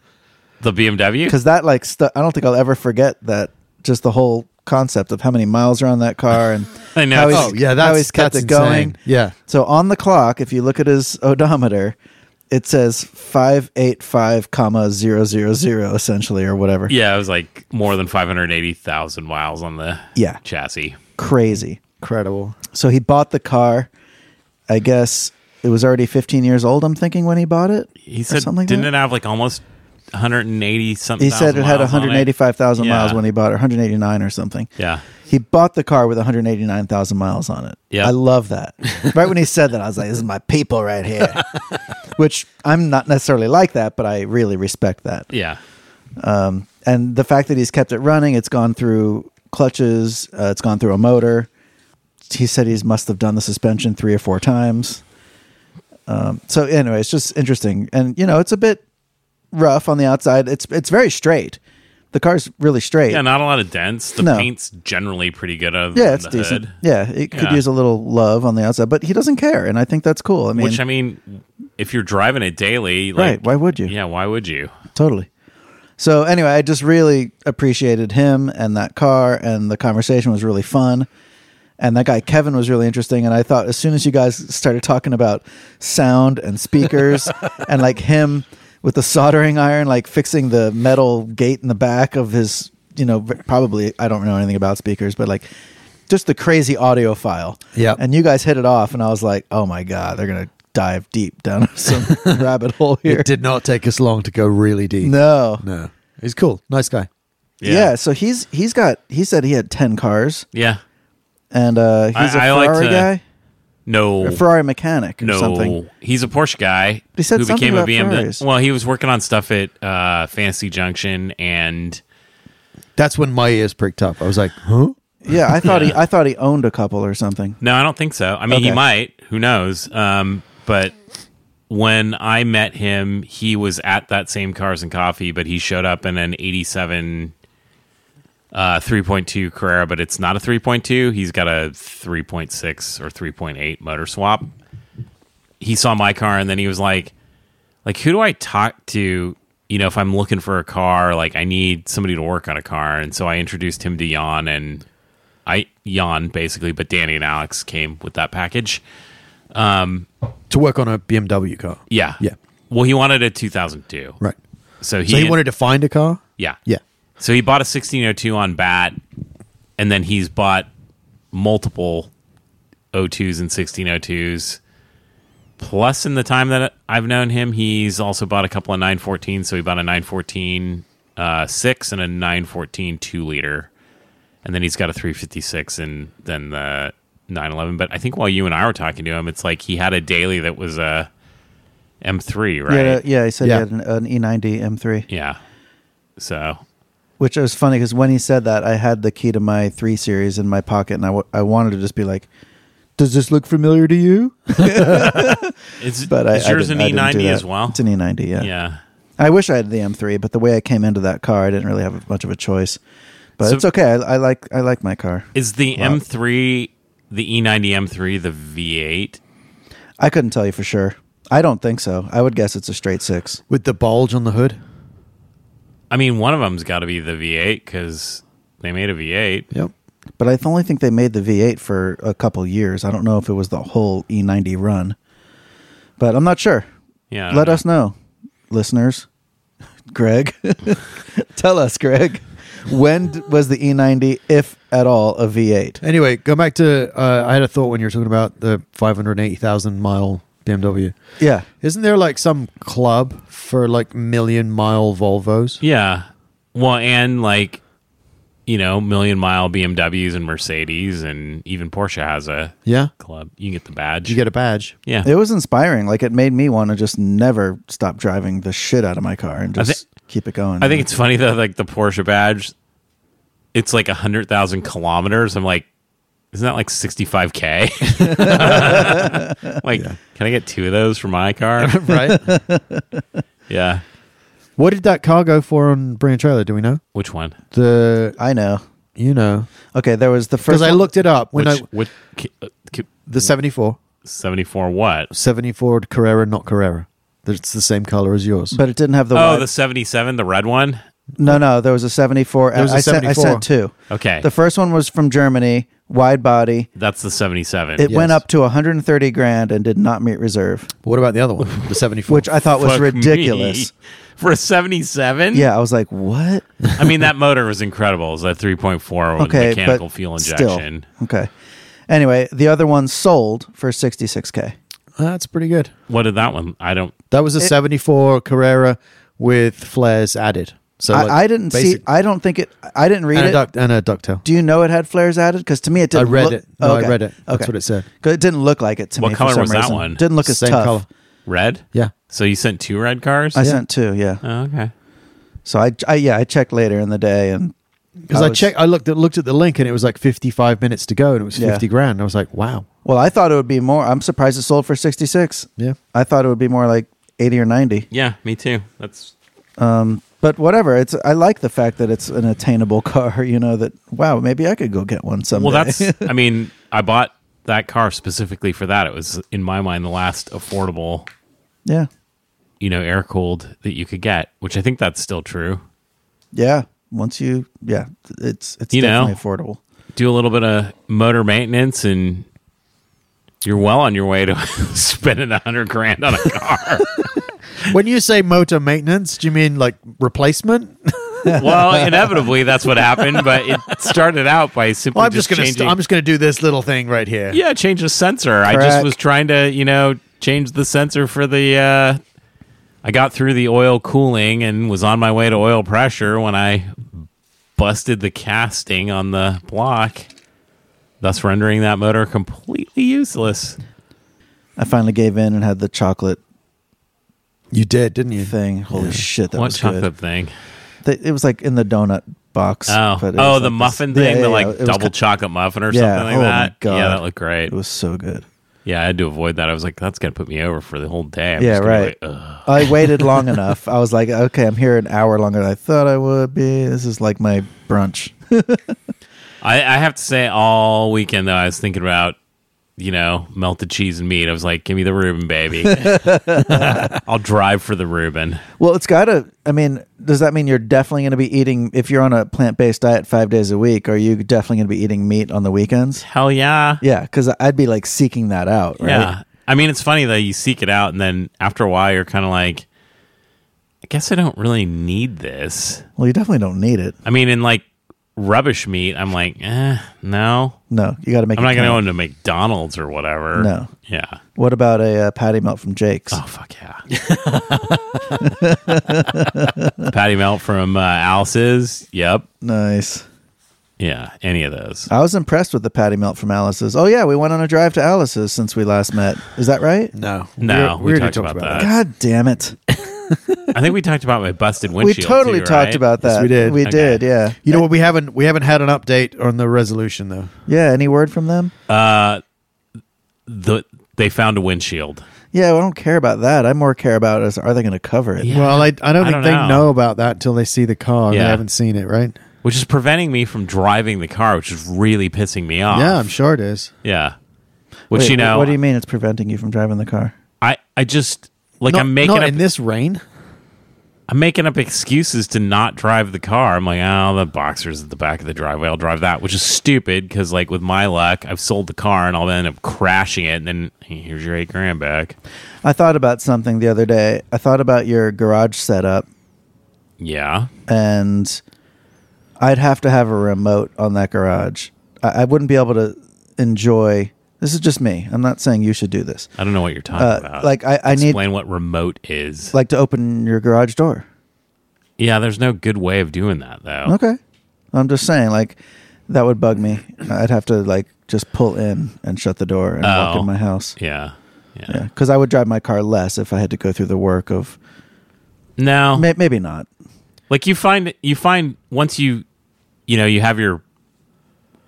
C: The BMW?
B: because that like stu- I don't think I'll ever forget that just the whole concept of how many miles are on that car and
C: <laughs> I know.
B: how he's,
A: oh yeah,
B: how
A: that's
B: he's kept
A: that's
B: it going.
A: insane. Yeah,
B: So on the clock, if you look at his odometer, it says five eight five comma zero zero zero essentially or whatever.
C: Yeah, it was like more than 580,000 miles on the
B: Yeah.
C: chassis.
B: Crazy.
A: incredible.
B: So he bought the car. I guess it was already 15 years old. I'm thinking when he bought it.
C: He
B: or
C: said,
B: something like
C: didn't
B: that?
C: it have like almost 180 something?
B: He said
C: thousand
B: it had
C: miles on
B: 185,000
C: Yeah.
B: miles when he bought it, 189 or something.
C: Yeah.
B: He bought the car with 189,000 miles on it.
C: Yeah.
B: I love that. right when he said that, I was like, this is my people right here. Which I'm not necessarily like that, but I really respect that.
C: Yeah.
B: And the fact that he's kept it running, it's gone through clutches, uh, it's gone through a motor. He said he must have done the suspension three or four times. Um, so anyway, it's just interesting, and you know, it's a bit rough on the outside. It's it's very straight. The car's really straight.
C: Yeah, not a lot of dents. The
B: No.
C: paint's generally pretty good. Other
B: Yeah,
C: than
B: it's
C: the
B: decent.
C: hood.
B: Yeah, it could
C: Yeah.
B: use a little love on the outside, but he doesn't care, and I think that's cool. I mean,
C: Which, I mean, if you're driving it daily, like,
B: Right, why would you?
C: Yeah, why would you?
B: totally. So anyway, I just really appreciated him and that car, and the conversation was really fun. And that guy Kevin was really interesting. And I thought as soon as you guys started talking about sound and
A: <laughs>
B: speakers and like him with the soldering iron, like fixing the metal gate in the back of his, you know, v- probably I don't know anything about speakers, but like just the crazy audio file.
A: Yep.
B: And you guys hit it off, and I was like, oh my god, they're gonna dive deep down <laughs>
A: <laughs>
B: some rabbit hole here.
A: It did not take us long to go really deep.
B: No.
A: No. He's cool. Nice guy.
B: Yeah. So he's he's got he said he had ten cars
C: Yeah.
B: and uh, he's a
C: I- I like
B: Ferrari
C: to-
B: guy,
C: No.
B: a Ferrari mechanic or
C: no. <laughs>
B: something.
C: He's a Porsche guy
B: he said
C: who
B: something
C: became a
B: about
C: BMW.
B: Ferraris.
C: Well, he was working on stuff at uh, Fantasy Junction and
A: That's when my ears pricked up. I was like, huh?
B: Yeah, I thought he I thought he owned a couple or something.
C: No, I don't think so. I mean, he
B: Okay.
C: might. Who knows? Um, but when I met him, he was at that same Cars and Coffee, but he showed up in an '87 uh, 3.2 Carrera, but it's not a 3.2. He's got a 3.6 or 3.8 motor swap. He saw my car, and then he was like, "Like, who do I talk to?" You know, if I'm looking for a car, like I need somebody to work on a car, and so I introduced him to Jan and I yawn basically, but Danny and Alex came with that package.
A: To work on a BMW car.
C: Yeah.
A: Yeah.
C: Well, he wanted a 2002.
A: Right.
C: So he,
A: So he wanted to find a car?
C: yeah.
A: Yeah.
C: So he bought a 1602 on bat and then he's bought multiple 02s and 1602s. Plus in the time that I've known him, he's also bought a couple of 914s, so he bought a 914 uh 6 and a 914 2 liter. And then he's got a 356 and then the 911, but I think while you and I were talking to him, it's like he had a daily that was a M3, right?
B: Yeah, yeah. He said
A: Yeah.
B: he had an, an E E90 M3.
C: Yeah. So
B: which was funny because when he said that, I had the key to my three series in my pocket, and I, w- I wanted to just be like, "Does this look familiar to you?" <laughs>
C: it's
B: But I,
C: is
B: I
C: yours
B: didn't- I
C: an E
B: didn't do
C: ninety
B: that.
C: as well?
B: It's an E90, yeah.
C: yeah.
B: I wish I had the M3, but the way I came into that car, I didn't really have much of a choice. But
C: So-
B: it's okay. I, I like I like my car.
C: Is the
B: Wow.
C: M three the E ninety M three the V eight?
B: I couldn't tell you for sure. I don't think so. I would guess it's a straight six.
A: With the bulge on the hood?
C: I mean, one of them's got to be the V eight because they made a V eight.
A: Yep.
B: But I only think they made the V8 for a couple years. I don't know if it was the whole E90 run, but I'm not sure.
C: Yeah. I
B: Let
C: don't
B: us know, listeners. <laughs> Greg, <laughs> tell us, Greg, when d- was the E90, if at all, a V8?
A: Anyway, go back to uh, I had a thought when you were talking about the 580,000 mile BMW.
B: Yeah.
A: Isn't there like some club for like million mile Volvos?
C: know. Yeah. Well, and like you know, million mile BMWs and Mercedes, and even Porsche has a
A: Yeah.
C: club. You can get the badge.
A: Did you get
B: <laughs>
A: a badge?
C: yeah.
B: It was inspiring. Like, it made me want to just never stop driving the shit out of my car and
C: I
B: just keep it going.
C: I think it's funny though, like the Porsche badge, it's like hundred thousand kilometers. I'm like, isn't that like sixty five k? <laughs> Like, can I get two of those for my
B: <laughs>
C: car?
A: right.
C: yeah.
A: <laughs> What did that car go for on Brand Trailer? Do we know?
C: Which one?
A: The
B: I know.
A: you know
B: Okay, there was the first.
A: because I
B: one-
A: looked it up when
C: Which
A: I
C: which
A: the 74
C: seventy four what?
A: 74 Carrera not Carrera. It's the same color as yours.
B: But it didn't have the.
C: Oh,
B: wide-
C: the seventy seven, the red one.
B: no, no, there was a 74.
A: There was a
B: I sent- I
A: 74.
B: sent two.
C: Okay,
B: The first one was from Germany, wide body.
C: that's the seventy seven.
B: It
A: Yes.
B: went up to 130 grand and did not meet reserve,
A: what about the other one?
B: <laughs>
A: The 74.
B: which I thought was ridiculous.
C: <laughs> for a seventy seven.
B: Yeah, I was like, what?
C: I mean that motor was incredible. It was that three point four with
B: Okay,
C: mechanical
B: but
C: fuel
B: still.
C: injection.
B: Okay. Anyway, the other one sold for 66K.
A: That's pretty good.
C: What did that one? I don't.
A: That was a 74 Carrera with flares added. So like,
B: I, I didn't see,
A: basic-
B: I don't think it, I didn't read
A: and a
B: it.
A: duct and a ducktail.
B: Do you know it had flares added? Because to me it
A: I
B: didn't
A: read
B: look-
A: it. No,
B: Oh, okay.
A: I read it. That's
B: Okay.
A: what it said.
B: 'Cause It didn't look like it to
C: What
B: me. for
C: color
B: some
C: was that
B: reason.
C: one?
B: Didn't look as
A: Same
B: tough.
A: color.
C: Red.
A: Yeah.
C: So you sent two red cars.
B: I sent two, yeah.
C: Oh, okay.
B: So I, I, yeah, I checked later in the day and
A: Because I,
B: was-
A: checked, I looked at looked at the link, and it was like fifty-five minutes to go, and it was
B: Yeah.
A: fifty grand. I was like, "Wow,
B: Well, I thought it would be more. I'm surprised it sold for 66.
A: yeah,
B: I thought it would be more like 80 or 90.
C: Yeah, me too. That's
B: But whatever, it's I like the fact that it's an attainable <laughs> car, you know that wow, maybe I could go get one someday.
C: well. That's.
A: <laughs>
C: I mean, I bought that car specifically for that. It was in my mind the last affordable,
B: <laughs> yeah.
C: you know, air cooled that you could get, which I think that's still true.
B: Yeah. Once you yeah, it's it's
C: You know.
B: definitely affordable.
C: do a little bit of motor maintenance and you're well on your way to <laughs> spending a hundred grand on
A: <laughs>
C: a car.
A: When you say motor maintenance, do you mean like replacement?
C: <laughs> well, inevitably that's what happened, but it started out by simply
A: Well, I'm
C: just,
A: just, gonna
C: changing.
A: st- I'm just gonna do this little thing right here.
C: yeah, change the sensor. I just
B: Correct.
C: was trying to, you know, change the sensor for the. Uh, I got through the oil cooling and was on my way to oil pressure when I busted the casting on the block, thus rendering that motor completely useless.
B: I finally gave in and had the chocolate
A: You did, didn't you?
B: thing. Holy shit, that
C: what
B: was
C: chocolate
B: good.
C: thing?
B: They- it was like in the donut box.
C: Oh,
B: but it
C: oh,
B: was
C: the
B: like
C: muffin
B: this-
C: thing,
B: yeah,
C: the
B: yeah,
C: like
B: yeah, it was
C: double
B: co-
C: chocolate muffin or
B: Yeah,
C: something like
B: oh my
C: that. Yeah,
B: God.
C: that looked great.
B: It was so good.
C: yeah, I had to avoid that. I was like, that's gonna put me over for the whole day. I'm
B: Yeah,
C: just gonna be
B: right.
C: like, ugh.
B: I
C: <laughs>
B: waited long enough. I was like, okay, I'm here an hour longer than I thought I would be. This is like my brunch.
C: I, I have to say, all weekend though, I was thinking about you know melted cheese and meat. I was like, give me the Reuben,
B: <laughs>
C: baby. I'll drive for the Reuben.
B: Well, it's got to. I mean, does that mean you're definitely going to be eating if you're on a plant based diet five days a week? Are you definitely going to be eating meat on the weekends?
C: Hell yeah,
B: Yeah, because I'd be like seeking that out. Right?
C: yeah. I mean, it's funny though. You seek it out, and then after a while, you're kind of like, I guess I don't really need this.
B: Well, you definitely don't need it.
C: I mean, in like rubbish meat, I'm like, eh, no.
B: No, you got to make.
C: I'm
B: it
C: not going to go
B: count.
C: into McDonald's or whatever.
B: No.
C: Yeah.
B: What about a uh, patty melt from Jake's?
C: Oh, fuck yeah. Oh, <laughs> Patty Melt from uh, Alice's. Yep.
B: Nice.
C: Yeah. Any of those.
B: I was impressed with the patty melt from Alice's. Oh yeah, we went on a drive to Alice's since we last met. Is that right?
A: No,
C: No, we
A: already
C: talked about that.
B: God damn it!
C: I think we talked about my busted
B: We
C: windshield.
B: totally
C: too,
B: talked
C: right?
B: about that.
A: Yes, we did.
B: We
C: Okay.
B: did. Yeah.
A: You know what? We haven't we haven't had an update on the resolution though.
B: Yeah. Any word from them?
C: The, they found a windshield.
B: Yeah, well, I don't care about that. I more care about is are they going to cover it?
C: Yeah.
A: Well, I, I don't think
C: don't
A: they
C: know.
A: know. about that until they see the car.
C: Yeah.
A: They haven't seen it, right?
C: Which is preventing me from driving the car, which is really pissing me off.
A: Yeah, I'm sure it is.
C: Yeah. Which,
B: Wait,
C: you know,
B: what do you mean it's preventing you from driving the car?
C: I, I just, like,
A: Not-
C: I'm making
A: not
C: up
A: in this rain.
C: I'm making up excuses to not drive the car. I'm like, oh, the boxer's at the back of the driveway. I'll drive that, which is stupid because, like, with my luck, I've sold the car and I'll end up crashing it. And then hey, here's your eight grand back.
B: I thought about something the other day. I thought about your garage setup,
C: Yeah.
B: and I'd have to have a remote on that garage. I, I wouldn't be able to enjoy. This is just me. I'm not saying you should do this.
C: I don't know what you're talking
B: Uh,
C: about.
B: like I, I need
C: explain what remote is.
B: like to open your garage door.
C: yeah, there's no good way of doing that though.
B: Okay, I'm just saying like that would bug me. I'd have to like just pull in and shut the door and walk
C: Oh.
B: in my house.
C: Yeah. Yeah.
B: Yeah, because I would drive my car less if I had to go through the work of
C: No.
B: may- maybe not.
C: like you find you find once you you know you have your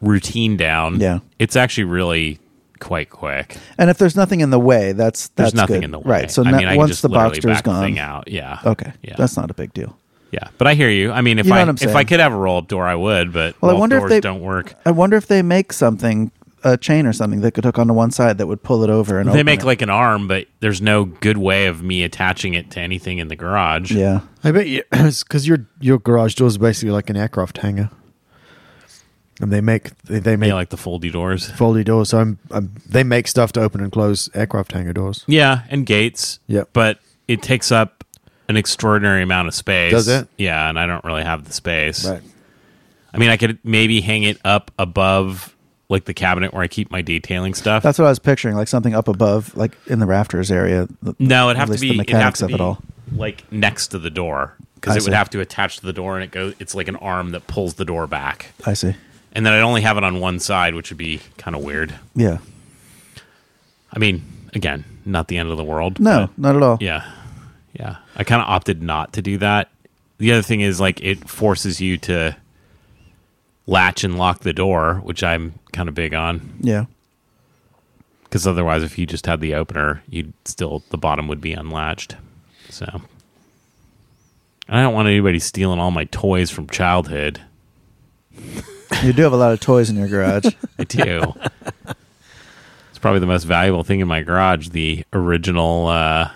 C: routine down.
B: Yeah.
C: It's actually really quite quick.
B: And if there's nothing in the way, that's that's
C: There's nothing
B: good.
C: in the way.
B: right? So
C: I
B: no-
C: mean, I can
B: once
C: just
B: the
C: literally
B: Boxster is
C: back the
B: gone,
C: thing out. Yeah.
B: okay,
C: Yeah.
B: that's not a big deal.
C: yeah. But I hear you. I mean, if
B: You know
C: I
B: what I'm
C: if I
B: saying.
C: could have a roll up door, I would. But
B: Well, I
C: roll-up
B: wonder if
C: doors
B: they-
C: don't work.
B: I wonder if they make something a chain or something that could hook onto one side that would pull it over and
C: They
B: open
C: make
B: it.
C: like an arm, but there's no good way of me attaching it to anything in the garage.
B: yeah.
A: I bet you <clears throat> because your your garage door is basically like an aircraft hangar, and they make they, they make
C: Yeah, like the foldy doors.
A: foldy doors. So I'm, I'm they make stuff to open and close aircraft hangar doors.
C: Yeah, and gates.
A: Yep.
C: But it takes up an extraordinary amount of space.
A: Does it?
C: Yeah, and I don't really have the space. I mean, I could maybe hang it up above like the cabinet where I keep my detailing stuff.
B: That's what I was picturing, like something up above, like in the rafters area. The-
C: No, it'd
B: at
C: have to
B: least
C: be
B: the
C: it'd have
B: mechanics
C: to
B: of it
C: be,
B: all.
C: like next to the door because
B: I
C: it would
B: see.
C: have to attach to the door and it goes. It's like an arm that pulls the door back,
B: I see.
C: and then I'd only have it on one side, which would be kind of weird.
B: Yeah.
C: I mean, again, not the end of the world.
B: No, not at all.
C: but yeah, yeah. I kind of opted not to do that. The other thing is like it forces you to latch and lock the door, which I'm kind of big on
B: Yeah.
C: because otherwise, if you just had the opener, you'd still the bottom would be unlatched. So, and I don't want anybody stealing all my toys from childhood.
B: You do have a lot of toys in your garage.
C: I
B: <laughs>
C: do. it's probably the most valuable thing in my garage. The original uh,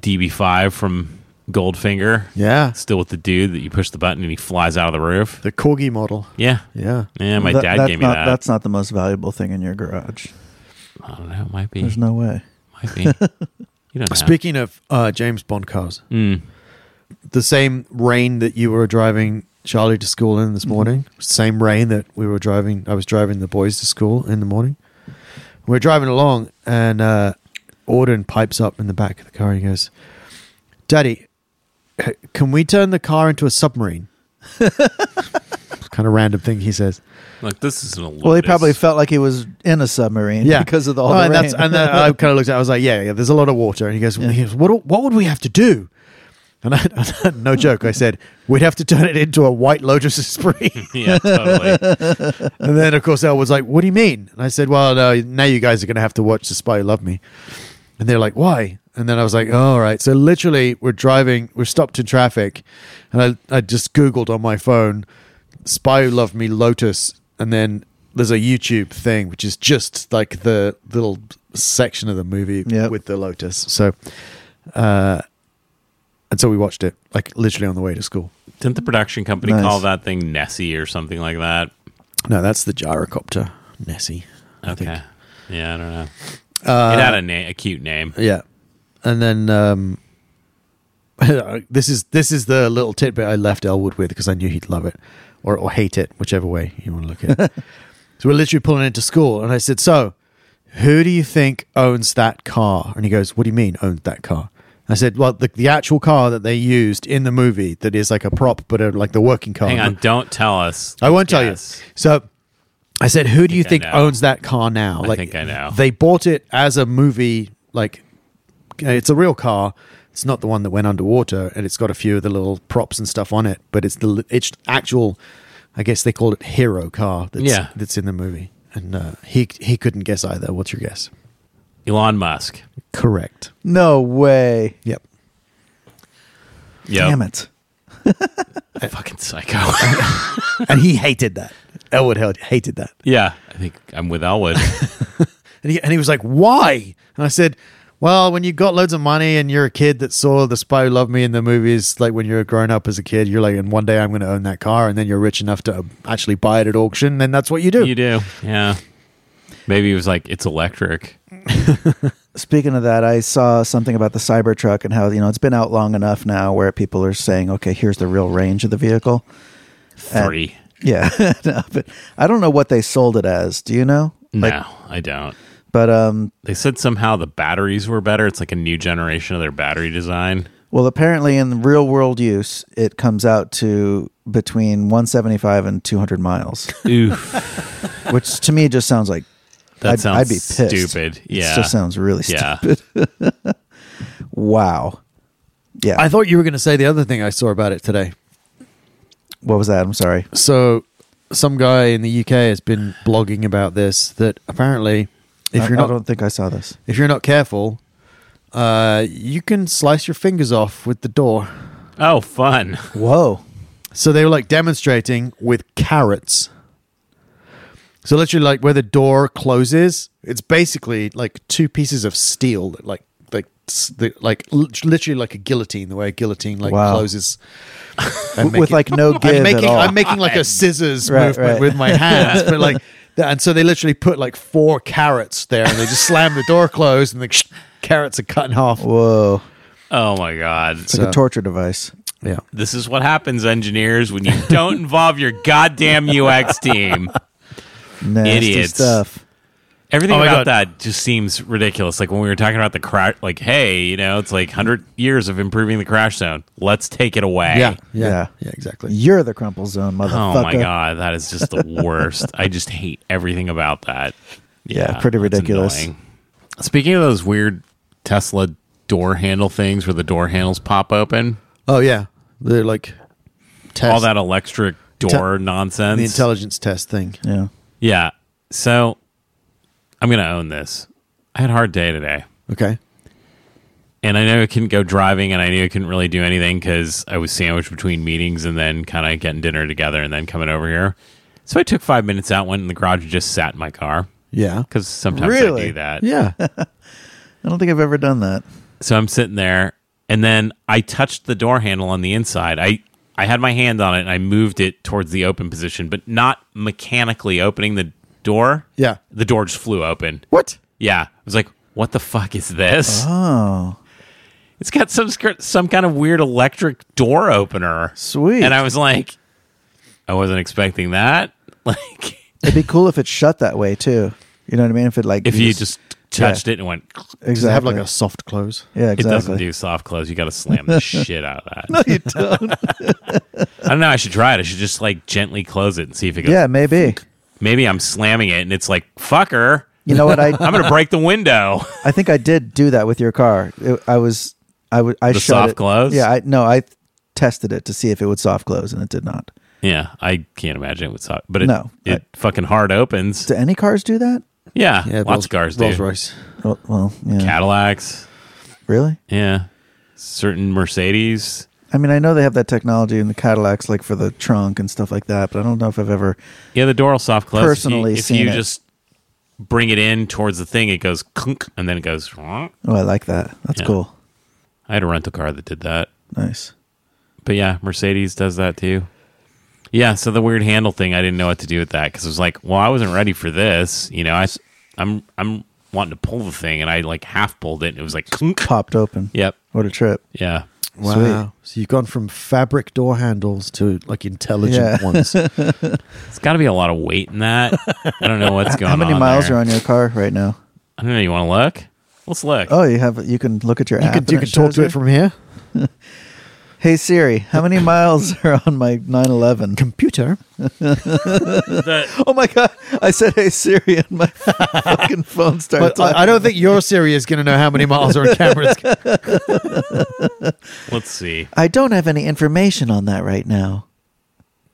C: DB5 from Goldfinger.
A: Yeah.
C: Still with the dude that you push the button and he flies out of the roof.
A: The corgi model.
C: Yeah.
A: Yeah.
C: <laughs> Yeah, my
B: That-
C: dad
B: that's
C: gave me
B: not,
C: that.
B: That's not the most valuable thing in your garage.
C: I don't know. It might be.
B: There's no way.
C: might
B: <laughs>
C: be. You don't know.
A: Speaking of uh, James Bond cars,
C: Mm.
A: the same rain that you were driving Charlie to school in this morning, same rain that we were driving, I was driving the boys to school in the morning. We're driving along, and uh, Auden pipes up in the back of the car. And he goes, "Daddy, can we turn the car into a submarine?" kind of random thing he says.
C: Like this is an Olympus.
B: Well, he probably felt like he was in a submarine
A: Yeah,
B: because of the all
A: Oh,
B: the
A: and
B: rain.
A: That's, and
B: <laughs>
A: then I kind of looked at. it, I was like, "Yeah, yeah." There's a lot of water." And he goes, he goes, "What? What would we have to do?" And I, <laughs> no joke, I said, "We'd have to turn it into a white lotus <laughs> spree."
C: <laughs> yeah, totally.
A: and then, of course, Elle was like, "What do you mean?" And I said, "Well, no, now you guys are going to have to watch The Spy Who Loved Me." And they're like, "Why?" And then I was like, oh, "All right." So literally, we're driving. We're stopped in traffic, and I, I just googled on my phone, "Spy Who Loved Me Lotus," and then there's a YouTube thing which is just like the little section of the movie
B: Yep.
A: with the lotus. So, uh, and so we watched it like literally on the way to school.
C: Didn't the production company
B: Nice.
C: call that thing Nessie or something like that?
A: No, that's the gyrocopter, Nessie. I think.
C: Okay. Yeah, I don't know.
A: Uh,
C: it had a name, a cute name.
A: Yeah, and then um, <laughs> this is this is the little tidbit I left Elwood with because I knew he'd love it or or hate it, whichever way you want to look at it. so we're literally pulling into school, and I said, "So, who do you think owns that car?" And he goes, "What do you mean owns that car?" I said, "Well, the, the actual car that they used in the movie that is like a prop, but a, like the working car."
C: Hang on, don't tell us.
A: I won't tell
C: Yes.
A: you. So I said, "Who do you
C: think
A: think
C: I know.
A: owns that car now?"
C: I think I know.
A: They bought it as a movie. Like it's a real car. It's not the one that went underwater, and it's got a few of the little props and stuff on it. But it's the it's actual. I guess they called it hero car. That's,
C: Yeah.
A: that's in the movie, and uh, he he couldn't guess either. What's your guess?
C: Elon Musk.
A: Correct.
B: no way.
A: Yep.
C: Yep.
B: Damn it.
C: Fucking psycho. <laughs>
A: and he hated that. Elwood held- hated that.
C: yeah, I think I'm with
B: <laughs>
C: Elwood.
A: And he, and he was like, why? And I said, well, when you got loads of money and you're a kid that saw The Spy Who Loved Me in the movies, like when you're grown up as a kid, you're like, and one day I'm going to own that car. And then you're rich enough to uh, actually buy it at auction. Then that's what you do.
C: you do. Yeah. Maybe he was like, it's electric.
B: Speaking of that, I saw something about the Cybertruck and how you know it's been out long enough now where people are saying, okay, here's the real range of the vehicle. <laughs> And-
C: Three.
B: yeah, <laughs> no, but I don't know what they sold it as. Do you know?
C: no, I don't.
B: But um,
C: They said somehow the batteries were better. It's like a new generation of their battery design.
B: well, apparently in real world use, it comes out to between 175 and
C: <laughs>
B: 200 miles, <laughs>
C: Oof.
B: which to me just sounds like
C: That
B: I'd,
C: sounds
B: I'd be pissed.
C: stupid. Yeah.
B: it just sounds really
C: yeah.
B: stupid. Wow. Yeah.
A: I thought you were going to say the other thing I saw about it today.
B: what was that? I'm sorry.
A: So some guy in the UK has been blogging about this that apparently if
B: I,
A: you're
B: I
A: not
B: don't think I saw this.
A: if you're not careful, uh, you can slice your fingers off with the door.
C: Oh, fun. <laughs>
B: Whoa.
A: So they were like demonstrating with carrots. So literally, like where the door closes, it's basically like two pieces of steel that like like s- that, like li- literally like a guillotine. The way a guillotine like
B: Wow.
A: closes. And
B: With
A: making-
C: <laughs>
B: like no give
A: I'm making
B: at all.
A: I'm making like a scissors
B: Right,
A: movement
B: right.
A: with my hands,
B: <laughs>
A: but like. that- And so they literally put like four carrots there, and they just slam the door closed, and the carrots are cut in half.
B: Whoa.
C: Oh, my God.
B: It's like a torture device.
A: Yeah,
C: This is what happens, engineers, when you don't involve your goddamn UX team.
B: Nasty
C: Idiots.
B: stuff.
C: Everything
A: Oh my
C: about
A: God.
C: that just seems ridiculous. Like when we were talking about the crash, like, hey, you know, it's like 100 years of improving the crash zone. Let's take it away.
A: yeah,
B: Yeah.
A: yeah, yeah, exactly.
B: You're the crumple zone,
C: Oh,
B: motherfucker.
C: my God. That is just the worst. I just hate everything about that. Uh,
B: Yeah, pretty
C: that's
B: ridiculous.
C: annoying. Speaking of those weird Tesla door handle things where the door handles pop open,
A: Oh yeah, they're like test,
C: all that electric door nonsense.
A: the intelligence test thing.
B: Yeah.
C: yeah. So I'm going to own this. I had a hard day today.
A: Okay.
C: and I knew I couldn't go driving, and I knew I couldn't really do anything because I was sandwiched between meetings and then kind of getting dinner together and then coming over here. So I took five minutes out, went in the garage, and just sat in my car
A: Yeah.
C: because sometimes I
B: Really?
A: <laughs>
C: do that.
A: Yeah.
B: I don't think I've ever done that.
C: So I'm sitting there, and then I touched the door handle on the inside. I I had my hand on it and I moved it towards the open position, but not mechanically opening the door.
A: Yeah.
C: the door just flew open.
A: What?
C: Yeah, I was like, "What the fuck is this?"
B: Uh-huh.
C: Oh, it's got some scr- some kind of weird electric door opener.
B: Sweet.
C: And I was like, I wasn't expecting that. <laughs> Like,
B: It'd be cool if it shut that way too. You know what I mean? If it like
C: if you just touched it and went,
B: exactly
A: Does it have like a soft close?
B: yeah
C: it
B: exactly
C: doesn't do soft close. You got to slam
B: <laughs>
C: the shit out of that. No, you don't. <laughs> I don't know. I should try it. I should just like gently close it and see if it goes.
B: yeah maybe.
C: Maybe I'm slamming it and it's like, fucker.
B: You
C: <laughs>
B: know what I
C: I'm gonna break the window. <laughs>
B: I think I did do that with your car. It, I was I would I
C: The
B: shut
C: soft
B: it.
C: close?
B: Yeah, I no, I tested it to see if it would soft close, and it did not.
C: yeah, I can't imagine it would suck, but it,
B: No,
C: it fucking hard opens.
B: Do any cars do that?
C: Yeah,
A: Yeah,
C: lots of cars do.
A: Rolls Royce.
B: Well, well yeah,
C: Cadillacs.
B: really.
C: Yeah, certain Mercedes.
B: I mean, I know they have that technology in the Cadillacs, like for the trunk and stuff like that, but I don't know if I've ever.
C: Yeah, the door will soft close.
B: Personally
C: if you, if
B: seen
C: you
B: it.
C: just bring it in towards the thing, it goes clunk, and then it goes. I
B: Oh, I like that. That's
C: Yeah.
B: cool.
C: had a rental car that did that,
B: Nice.
C: but yeah, Mercedes does that too. Yeah, so the weird handle thing, I didn't know what to do with that because it was like, well, I wasn't ready for this. You know, I, am I'm wanting to pull the thing, and I like half pulled it, and it was like, clunk.
B: Popped open.
C: yep,
B: What a trip.
C: yeah,
A: Wow. So you've gone from fabric door handles to like intelligent
B: Yeah.
A: <laughs> ones.
C: it's got to be a lot of weight in that. I don't know what's going
B: <laughs> How
C: on.
B: many miles
C: there.
B: are on your car right now?
C: I don't know. You want to look? Let's look.
B: Oh, you have. You can look at your
A: You
B: app.
A: can,
B: and
A: you can talk
B: shows
A: to
B: you.
A: it from here.
B: Hey Siri, how many miles <laughs> are on my 911?
A: Computer.
C: The-
B: Oh my god! I said, "Hey Siri," and my <laughs> fucking phone started.
A: But I, I don't think your Siri is going to know how many miles <laughs> are on camera. It's-
C: let's see.
B: I don't have any information on that right now.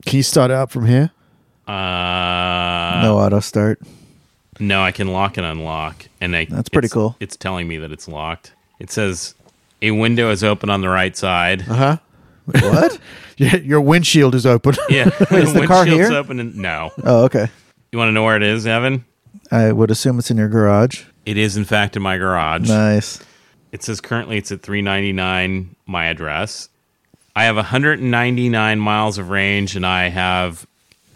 A: Can you start it up from here? <laughs>
C: Uh,
B: no auto start.
C: No, I can lock and unlock, and I,
B: That's pretty
C: it's-
B: cool.
C: It's telling me that it's locked. It says a window is open on the right side.
B: Uh-huh.
A: Uh huh.
B: What?
A: Your, your windshield is open.
B: <laughs>
C: Yeah,
B: is the car
C: windshield's
B: here?
C: open. And, no,
B: <laughs> Oh, okay.
C: you want to know where it is, Evan?
B: I would assume it's in your garage.
C: It is in fact in my garage.
B: Nice.
C: It says currently it's at 399 my address. I have 199 miles of range, and I have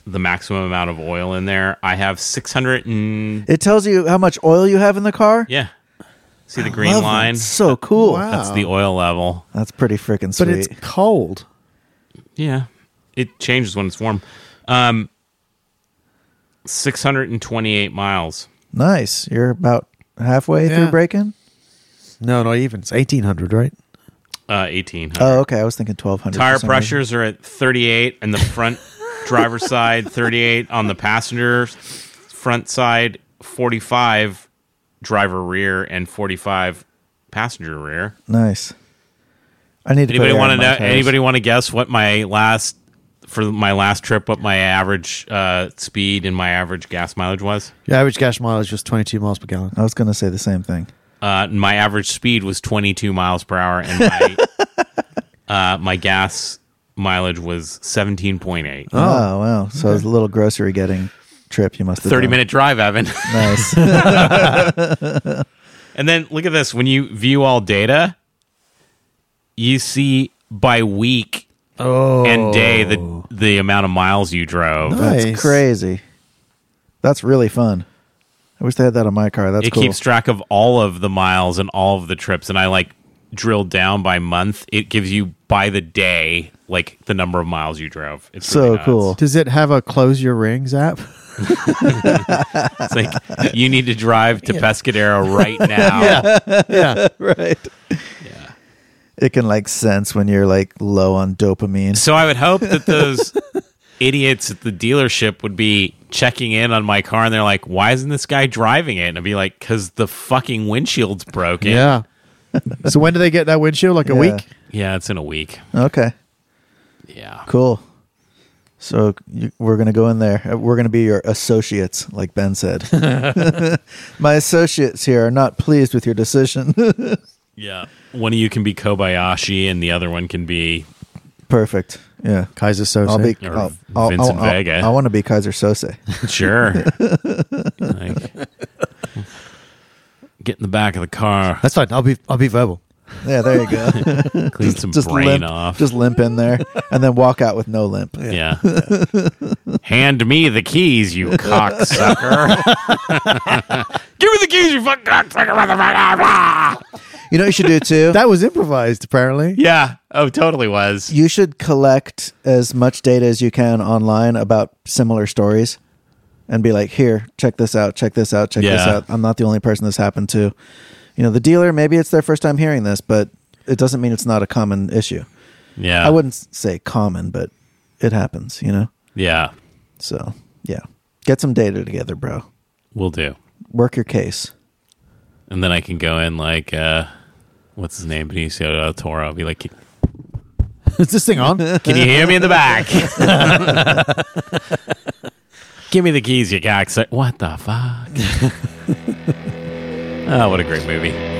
C: the maximum amount of oil in there. I have 600 and
B: It tells you how much oil you have in the car.
C: yeah. See the green
B: Love that.
C: line?
B: So cool.
A: Wow.
C: That's the oil level.
B: That's pretty freaking
A: <laughs> But
B: sweet.
A: it's cold.
C: Yeah. It changes when it's warm. Um 628 miles.
B: nice. You're about halfway
A: Yeah.
B: through breaking.
A: No, not even. It's 1800, right?
C: Uh 1800.
B: Oh, okay. I was thinking twelve hundred.
C: Tire pressures are at 38 and the front driver's side, 38 on the passenger front side, 45 driver rear and 45 passenger rear.
B: Nice. I need to.
C: Anybody
B: want to
C: know anybody want to guess what my last for my last trip what my average uh, speed and my average gas mileage was?
A: Your average gas mileage was 22 miles per gallon.
B: I was going to say the same thing.
C: uh, my average speed was 22 miles per hour, and
B: <laughs>
C: my uh, my gas mileage was 17.8.
B: Oh, wow. So it was a little grocery getting trip. You must have
C: 30
B: done.
C: minute drive, Evan. <laughs>
B: Nice.
C: and then look at this: when you view all data, you see by week
A: Oh.
C: and day the the amount of miles you drove.
A: Nice.
B: That's crazy. That's really fun. I wish they had that on my car. That's
C: It
B: cool.
C: keeps <laughs> track of all of the miles and all of the trips, and I like drilled down by month. It gives you by the day like the number of miles you drove. It's
B: So
C: really nuts.
B: cool.
A: Does it have a close your rings app?
C: It's like you need to drive to Pescadero right now.
A: yeah.
B: right. Yeah. It can like sense when you're like low on dopamine.
C: So I would hope that those idiots at the dealership would be checking in on my car and they're like, why isn't this guy driving it? And I'd be like, because the fucking windshield's broken.
A: Yeah. <laughs> so when do they get that windshield? Like a
B: Yeah.
A: week?
C: Yeah, it's in a week.
B: Okay.
C: Yeah.
B: Cool. So you, we're gonna go in there. Uh, We're gonna be your associates, like
C: <laughs>
B: Ben said. <laughs> my associates here are not pleased with your decision.
C: Yeah. One of you can be Kobayashi and the other one can be.
B: Perfect. Yeah.
A: Kaiser Soze.
B: I'll be.
C: Or
B: I'll, I'll,
C: Vincent
B: I'll- I'll-
C: Vega.
B: I want to be Kaiser Sose.
C: Sure. like, get in the back of the car.
A: That's fine. I'll be I'll be verbal.
B: Yeah, there you go.
C: Clean <laughs> some
B: just
C: brain
B: limp,
C: off.
B: just limp in there, and then walk out with no limp.
C: yeah. Hand me the keys, you cocksucker. <laughs> Give me the keys, you fucking cocksucker, motherfucker.
B: You know, what you should do too.
A: That was improvised, apparently.
C: Yeah. Oh, totally was.
B: you should collect as much data as you can online about similar stories, and be like, "Here, check this out. Check this out. Check this
C: Yeah.
B: out. I'm not the only person this happened to." You know, the dealer maybe it's their first time hearing this, but it doesn't mean it's not a common issue.
C: Yeah.
B: I wouldn't s- say common, but it happens. You know,
C: Yeah.
B: so yeah, get some data together, bro.
C: We'll do.
B: Work your case.
C: And then I can go in like, uh, what's his name? Benicio del Toro. I'll be like, can
A: <laughs> Is this thing <laughs> on?
C: you hear me in the back? Give me the keys, you cocksucker. What the fuck? oh, what a great movie.